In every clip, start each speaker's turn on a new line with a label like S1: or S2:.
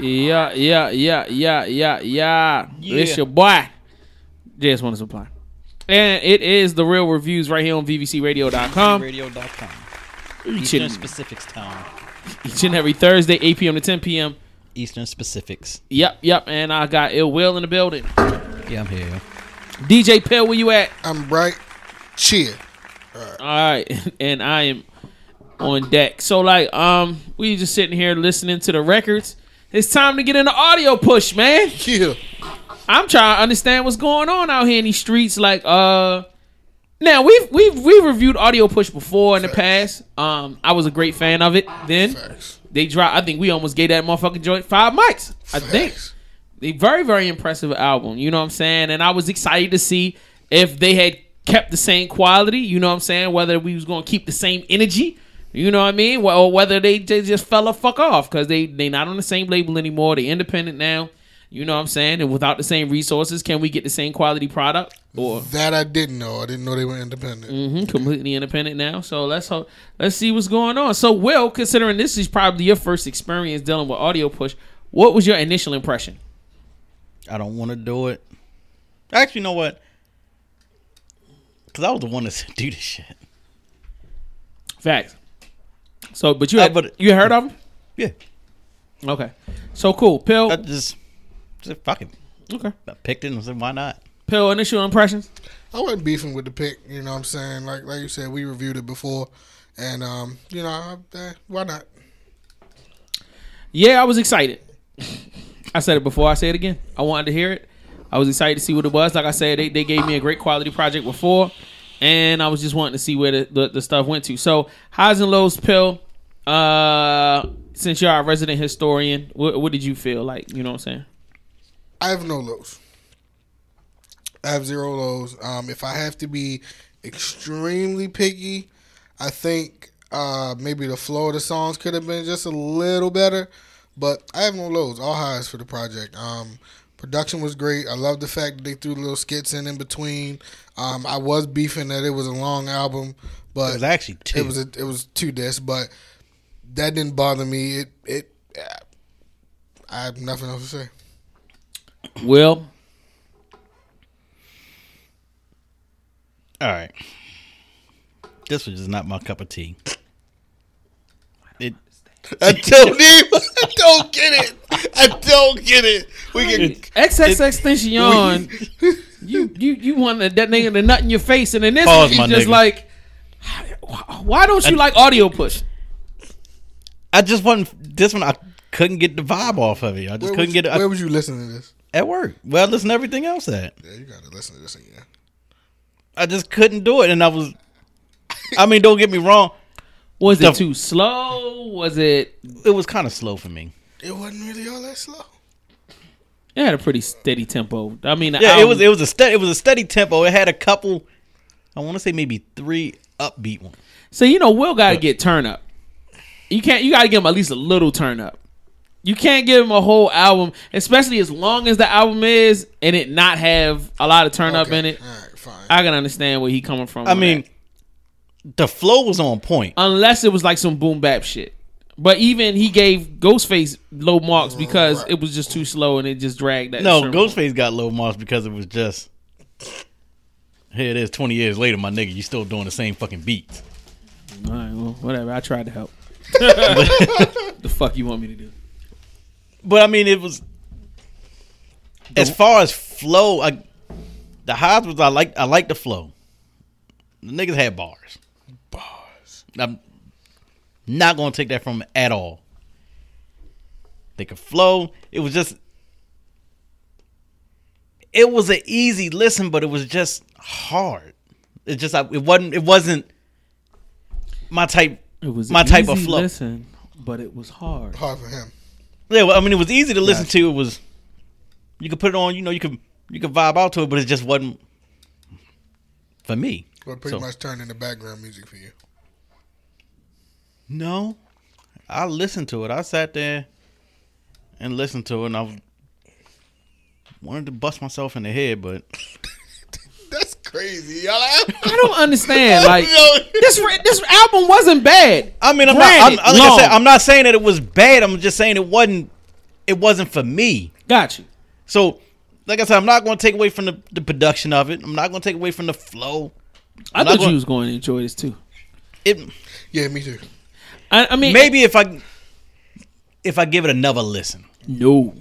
S1: Yeah, yeah, yeah, yeah, yeah, yeah. It's your boy, Just Want to Supply. And it is the real reviews right here on VVCRadio.com.
S2: Radio.com.
S1: Each
S2: Eastern
S1: and,
S2: Specifics Town.
S1: each and every Thursday, 8 p.m. to 10 p.m.
S2: Eastern Specifics.
S1: Yep, yep. And I got Ill Will in the building.
S2: Yeah, I'm here.
S1: DJ Pill, where you at?
S3: I'm bright. Cheer.
S1: All right, and I am on deck. So like, um, we just sitting here listening to the records. It's time to get in the audio push, man.
S3: Yeah.
S1: I'm trying to understand what's going on out here in these streets. Like, uh, now we've we've we reviewed audio push before in the past. Um, I was a great fan of it then.
S3: Facts.
S1: They dropped. I think we almost gave that motherfucking joint five mics. I think
S3: Facts.
S1: a very very impressive album you know what i'm saying and i was excited to see if they had kept the same quality you know what i'm saying whether we was gonna keep the same energy you know what i mean Wh- or whether they, they just fell the fuck off because they they not on the same label anymore they independent now you know what i'm saying and without the same resources can we get the same quality product or
S3: That I didn't know. I didn't know they were independent.
S1: Mhm, completely independent now. So let's hope, let's see what's going on. So Will, considering this is probably your first experience dealing with audio push, what was your initial impression?
S2: I don't want to do it. Actually, you know what? Because I was the one that said, do this shit.
S1: Facts. So, but you
S2: Uh,
S1: had,
S2: but-
S1: you heard of him?
S2: Yeah.
S1: Okay. So cool. Pill.
S2: I just, just fucking
S1: okay.
S2: I picked it and said, why not?
S1: Pill. Initial impressions.
S3: I wasn't beefing with the pick, you know what I'm saying? Like like you said, we reviewed it before. And um, you know, I, eh, why not?
S1: Yeah, I was excited. I said it before. I say it again. I wanted to hear it. I was excited to see what it was. Like I said, they, they gave me a great quality project before, and I was just wanting to see where the, the, the stuff went to. So highs and lows. Pill. Uh, since you're our resident historian, what, what did you feel like? You know what I'm saying?
S3: I have no lows. I have zero lows. Um, if I have to be extremely picky, I think uh, maybe the flow of the songs could have been just a little better, but I have no lows. All highs for the project. Um, production was great. I love the fact that they threw little skits in in between. Um, I was beefing that it was a long album, but
S2: It was actually two.
S3: it was a, it was two discs, but that didn't bother me. It it I have nothing else to say.
S1: Will.
S2: All right. This was just not my cup of tea. It,
S3: I don't even. I don't get it. I don't get it. We can.
S1: XXX Tension, you you you want that nigga to nut in your face, and in this
S2: Pause,
S1: he's
S2: my
S1: just
S2: nigga.
S1: like, why don't you like audio push?
S2: I just wasn't. This one I couldn't get the vibe off of it. I just
S3: Where
S2: couldn't
S3: was,
S2: get it
S3: Where
S2: I,
S3: was you listening to this?
S2: at work. Well, I listened to everything else at.
S3: Yeah, you gotta listen to this again.
S2: I just couldn't do it, and I was. I mean, don't get me wrong.
S1: Was
S2: The-
S1: it too slow? Was it?
S2: It was kind of slow for me.
S3: It wasn't really all that slow.
S1: It had a pretty steady tempo. I mean, the
S2: Yeah, it
S1: album-
S2: was. It was a steady. It was a steady tempo. It had a couple. I want to say maybe three upbeat ones.
S1: So you know, Will got to get turn up. You can't. You got to give him at least a little turn up. You can't give him a whole album, especially as long as the album is, and it not have a lot of turn up in it.
S3: All right, fine.
S1: I can understand where he coming from.
S2: I
S1: on
S2: mean,
S1: that.
S2: the flow was on point.
S1: unless it was like some boom bap shit. But even he gave Ghostface low marks because it was just too slow and it just dragged that.
S2: No,
S1: shit.
S2: Ghostface got low marks because it was just. Here it is, twenty years later, my nigga. You still doing the same fucking beats.
S1: All right, well, whatever. I tried to help. the fuck you want me to do?
S2: But I mean, it was as far as flow. I, the highs was I like. I like the flow. The niggas had bars. Bars. I'm not gonna take that from 'em at all. They could flow. It was just. It was an easy listen, but it was just hard. It just I, it wasn't it wasn't my type
S1: It was
S2: my
S1: an
S2: type of
S1: easy
S2: flow.
S1: Listen, but it was hard.
S3: Hard for him.
S2: Yeah, well, I mean, it was easy to listen to. It was you could put it on. You know, you could you could vibe out to it, but it just wasn't for me.
S3: But pretty
S2: So-
S3: much turned into background music for you.
S2: No, I listened to it. I sat there and listened to it, and I was- wanted to bust myself in the head, but
S3: That's crazy, y'all. I
S1: I don't understand. Like
S3: Yo.
S1: this, re- this album wasn't bad.
S2: I mean, I'm
S1: Granted,
S2: not. I'm, like I said,
S1: long.
S2: I'm not saying that it was bad. I'm just saying it wasn't it wasn't for me.
S1: Got you.
S2: So, like I said, I'm not going to take away from the, the production of it. I'm not going to take away from the flow.
S1: I
S2: I'm not
S1: thought
S2: gonna-
S1: you was going to enjoy this too.
S2: It
S3: Yeah, me too.
S1: I, I mean,
S2: maybe if I if I give it another listen.
S1: no.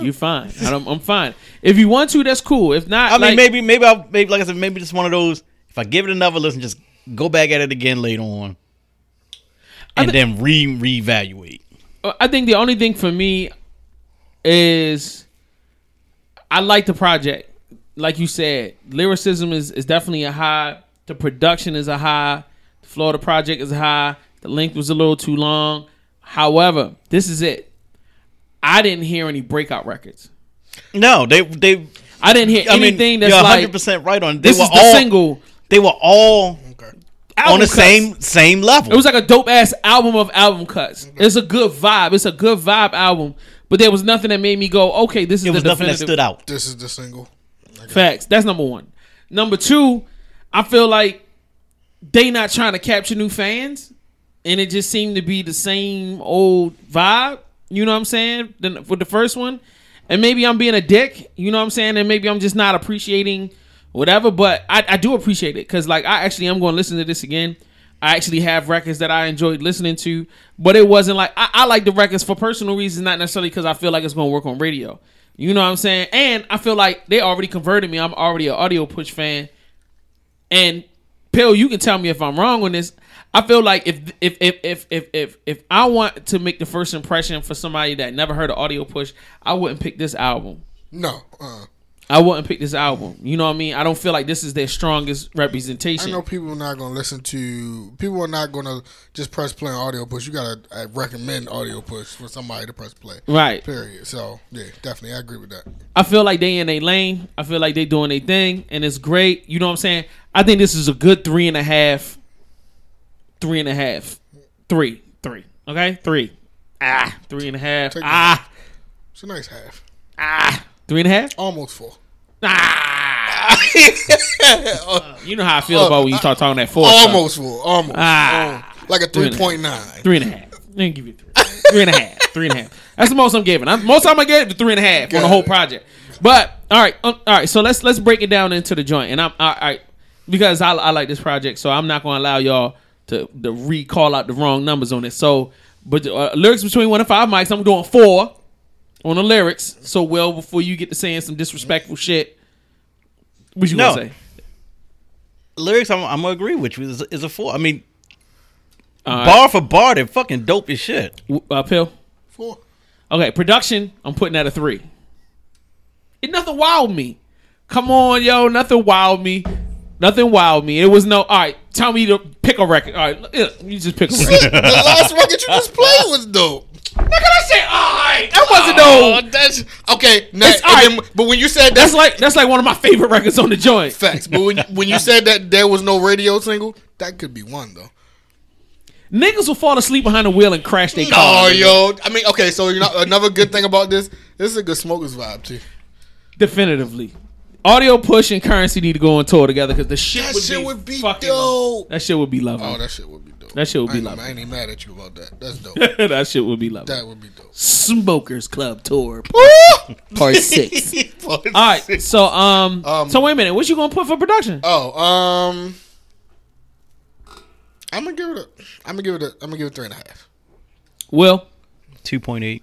S1: you fine. I don't, I'm fine. If you want to, that's cool. If not,
S2: I mean,
S1: like-
S2: maybe maybe I maybe like I said, maybe just one of those. If I give it another listen, just go back at it again later on,
S1: I
S2: and
S1: thi-
S2: then re reevaluate.
S1: I think the only thing for me is I like the project. Like you said, lyricism is, is definitely a high. The production is a high. The flow of the project is high. The length was a little too long. However, this is it. I didn't hear any breakout records.
S2: No, they they.
S1: I didn't hear
S2: I mean,
S1: anything that's
S2: you're 100
S1: like
S2: percent right on. it. They
S1: this
S2: were
S1: is the
S2: all
S1: single
S2: they were all
S3: Okay.
S1: album
S2: on the
S1: cuts.
S2: same same level.
S1: It was like a dope ass album of album cuts.
S2: Mm-hmm.
S1: It's a good vibe. It's a good vibe album. But there was nothing that made me go, okay, this is
S2: it was
S1: the
S2: nothing that
S1: definitive-
S2: stood out.
S3: This is the single.
S1: Facts. That's number one. Number two, I feel like they not trying to capture new fans, and it just seemed to be the same old vibe. You know what I'm saying? Then with the first one, and maybe I'm being a dick. You know what I'm saying? And maybe I'm just not appreciating whatever. But I, I do appreciate it because like I actually am going to listen to this again. I actually have records that I enjoyed listening to, but it wasn't like I, I like the records for personal reasons, not necessarily because I feel like it's going to work on radio. You know what I'm saying? And I feel like they already converted me. I'm already an audio push fan. And Pill, you can tell me if I'm wrong on this. I feel like if if if if if if, if I want to make the first impression for somebody that never heard of audio push, I wouldn't pick this album.
S3: No. Uh,
S1: I wouldn't pick this album. You know what I mean? I don't feel like this is their strongest
S3: I
S1: representation.
S3: know people are not going to listen to. People are not going to just press play on audio push. You got to recommend audio push for somebody to press play.
S1: Right.
S3: Period. So yeah, definitely, I agree with that.
S1: I feel like they in a lane. I feel like they doing their thing, and it's great. You know what I'm saying? I think this is a good three and a half, three and a half, three, three. Okay, three. Ah, three and a half.
S3: Take
S1: Ah,
S3: It's a nice half,
S1: ah, three and a half.
S3: almost four.
S1: Ah. you know how I feel about when you start talking that
S3: Oh,
S1: four. stuff.
S3: Almost full. Almost.
S1: Ah.
S3: Oh, like a
S1: Three and a half.
S3: 3.9.
S1: three and a half. Let me give you three. Three and a half. Three and a half. That's the most I'm giving. I'm, most time I gave it three and a half on the whole project. But all right, um, all right. So let's let's break it down into the joint. And I'm all right because I, I like this project, so I'm not going to allow y'all to to recall out the wrong numbers on it. So, but uh, lyrics between one and five mics, I'm doing four on the lyrics. So well before you get to saying some disrespectful shit, what you
S2: No.
S1: gonna say?
S2: Lyrics, I'm, I'm gonna agree with you. Is is a four. I mean,
S1: All right.
S2: bar for bar, they're fucking dope as shit.
S1: W- uh, pill.
S3: Four.
S1: Okay, production, I'm putting at a three. It nothing wowed me. Come on, yo, nothing wowed me. Nothing wowed me. It was no. All right, tell me to pick a record. All right, yeah, you just pick a record.
S3: the last record you just played was dope.
S1: Nigga, that shit. All right, that wasn't
S3: Oh,
S1: no.
S3: that's okay. Now,
S1: It's
S3: and
S1: alright.
S3: then- but when you said
S1: That's
S3: that's
S1: like that's like one of my favorite records on the joint.
S3: facts, but when, when you said that there was no radio single, that could be one though.
S1: Niggas will fall asleep behind the wheel and crash their
S3: Oh,
S1: car.
S3: yo, I mean, okay, so you know another good thing about this, this is a good smokers vibe too.
S1: Definitively, audio push and currency need to go on tour together because the shit
S3: That
S1: would
S3: shit
S1: be
S3: would be
S1: fucking-
S3: dope.
S1: That shit would be lovely.
S3: Oh, that shit would be dope.
S1: That shit would
S3: I
S1: be
S3: ain't-
S1: lovely.
S3: I ain't even mad at you about that. That's dope.
S1: that-, shit would be lovely.
S3: that would be dope.
S1: Smokers Club tour part six. All right, so um,
S3: Um,
S1: so wait a minute, what you gonna put for production?
S3: Oh, um, I'm gonna give it a. I'm gonna give it a. I'm gonna give it three and a half.
S1: Well,
S2: Two point eight.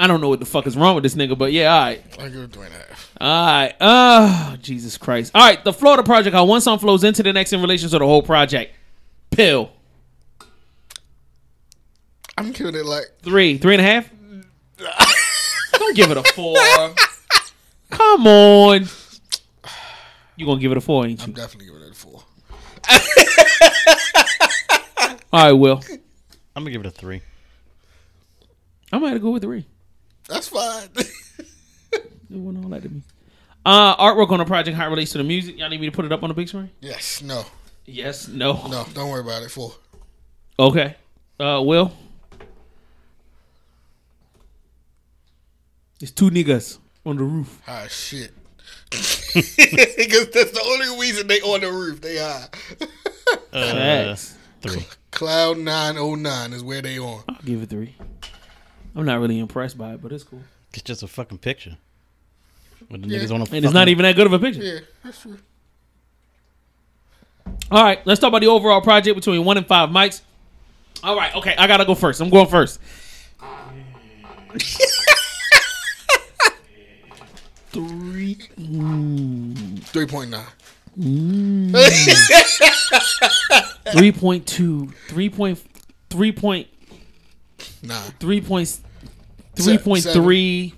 S1: I don't know what the fuck is wrong with this nigga, but yeah, all right,
S3: I give it three and a half.
S1: all right. Oh, Jesus Christ! All right, the Florida project. How one song flows into the next in relation to the whole project. Pill
S3: I'm giving it like
S1: three, three and a half. don't give it a four. Come on, you gonna give it a four, ain't
S3: I'm
S1: you?
S3: definitely giving it a four.
S1: All right, Will,
S2: I'm gonna give it a three.
S1: I'm gonna go with three.
S3: That's fine.
S1: It wouldn't all that to me. Uh, artwork on the project. How it relates to the music. Y'all need me to put it up on the big screen?
S3: yes. No.
S1: Yes. No.
S3: No. Don't worry about it. Four.
S1: Okay. Uh, Will. It's two niggas on the roof.
S3: Ah shit. Because that's the only reason they on the roof. They high.
S2: Uh,
S1: Facts.
S2: Three.
S3: Cloud nine oh nine is where they on.
S1: I'll give it three. I'm not really impressed by it, but it's cool.
S2: It's just a fucking picture. With the
S3: Yeah.
S2: niggas on a
S1: And it's not
S2: fucking-
S1: even that good of a picture.
S3: Yeah, that's true.
S1: All right, let's talk about the overall project between one and five mics. All right, okay, I gotta go first. I'm going first. Three.
S3: Three point nine.
S1: 3.2, 3.3, 3.3,
S3: Nine.
S1: 3.37,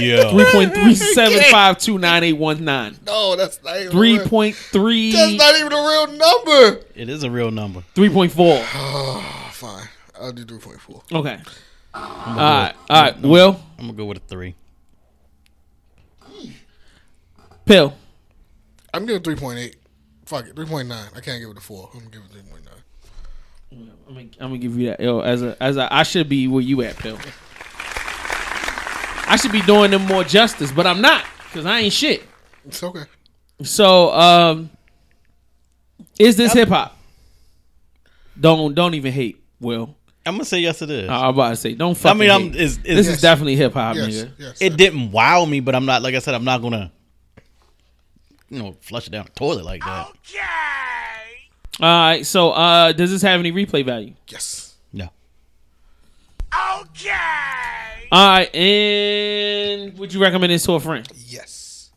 S2: Yeah.
S1: 3.37529819,
S3: no, that's not even. a real- That's
S1: 3.3,
S3: not even a real number.
S2: it is a real number.
S1: 3.4.
S3: Oh, fine. I'll do three point four.
S1: Okay. All right, all right, Will,
S2: I'm gonna go with a three.
S1: Pill.
S3: I'm giving three point eight. Fuck it, three point nine. I can't give it a four. I'm giving three point nine.
S1: I'm gonna, I'm gonna give you that L as a as a I should be where you at, Pill. I should be doing them more justice, but I'm not because I ain't shit.
S3: It's okay.
S1: So, um, is this hip hop? Don't don't even hate. Will
S2: I'm gonna say yes, it is.
S1: I, am about to say don't
S2: I
S1: fucking.
S2: mean, I'm.
S1: hate.
S2: It's, it's,
S1: this
S3: Yes.
S1: is definitely hip hop,
S3: Yes,
S1: nigga.
S3: yes.
S2: it didn't wow me, but I'm not. Like I said, I'm not gonna, you know, flush it down the toilet like that.
S1: All right, so uh, does this have any replay value?
S3: yes.
S2: No.
S1: All right, and would you recommend this to a friend?
S3: Yes.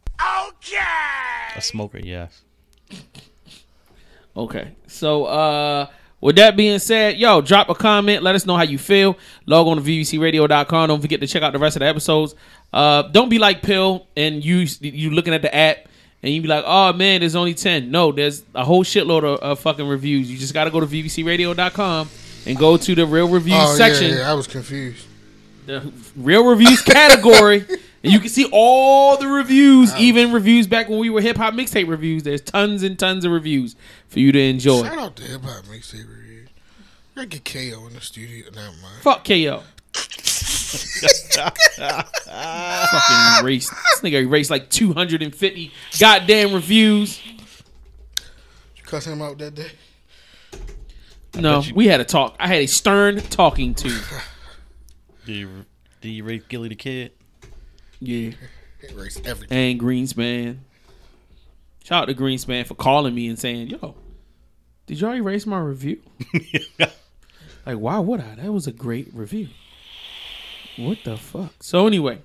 S2: A smoker, yes.
S1: Okay. So uh with that being said, yo, drop a comment. Let us know how you feel. Log on to vbcradio.com. Don't forget to check out the rest of the episodes. Uh, don't be like Pill and you you looking at the app and you be like, oh man, there's only ten. No, there's a whole shitload of, of fucking reviews. You just gotta go to vbcradio.com and go to the real reviews
S3: Oh
S1: section,
S3: yeah, yeah. I was confused.
S1: the real reviews category. And you can see all the reviews, even reviews back when we were hip hop mixtape reviews. There's tons and tons of reviews for you to enjoy.
S3: Shout out to hip hop mixtape review. I get KO in the studio. Never mind.
S1: Fuck KO. Fucking erased. This nigga erased like 250 goddamn reviews.
S3: You cuss him out that day.
S1: No,
S2: bet you-
S1: we had a talk. I had a stern talking to.
S2: Do you, do you rape Gilly the Kid?
S1: Yeah.
S3: He erased everything.
S1: And Greenspan. Shout out to Greenspan for calling me and saying, yo, did y'all erase my review? Like, why would I? That was a great review. What the fuck? So anyway,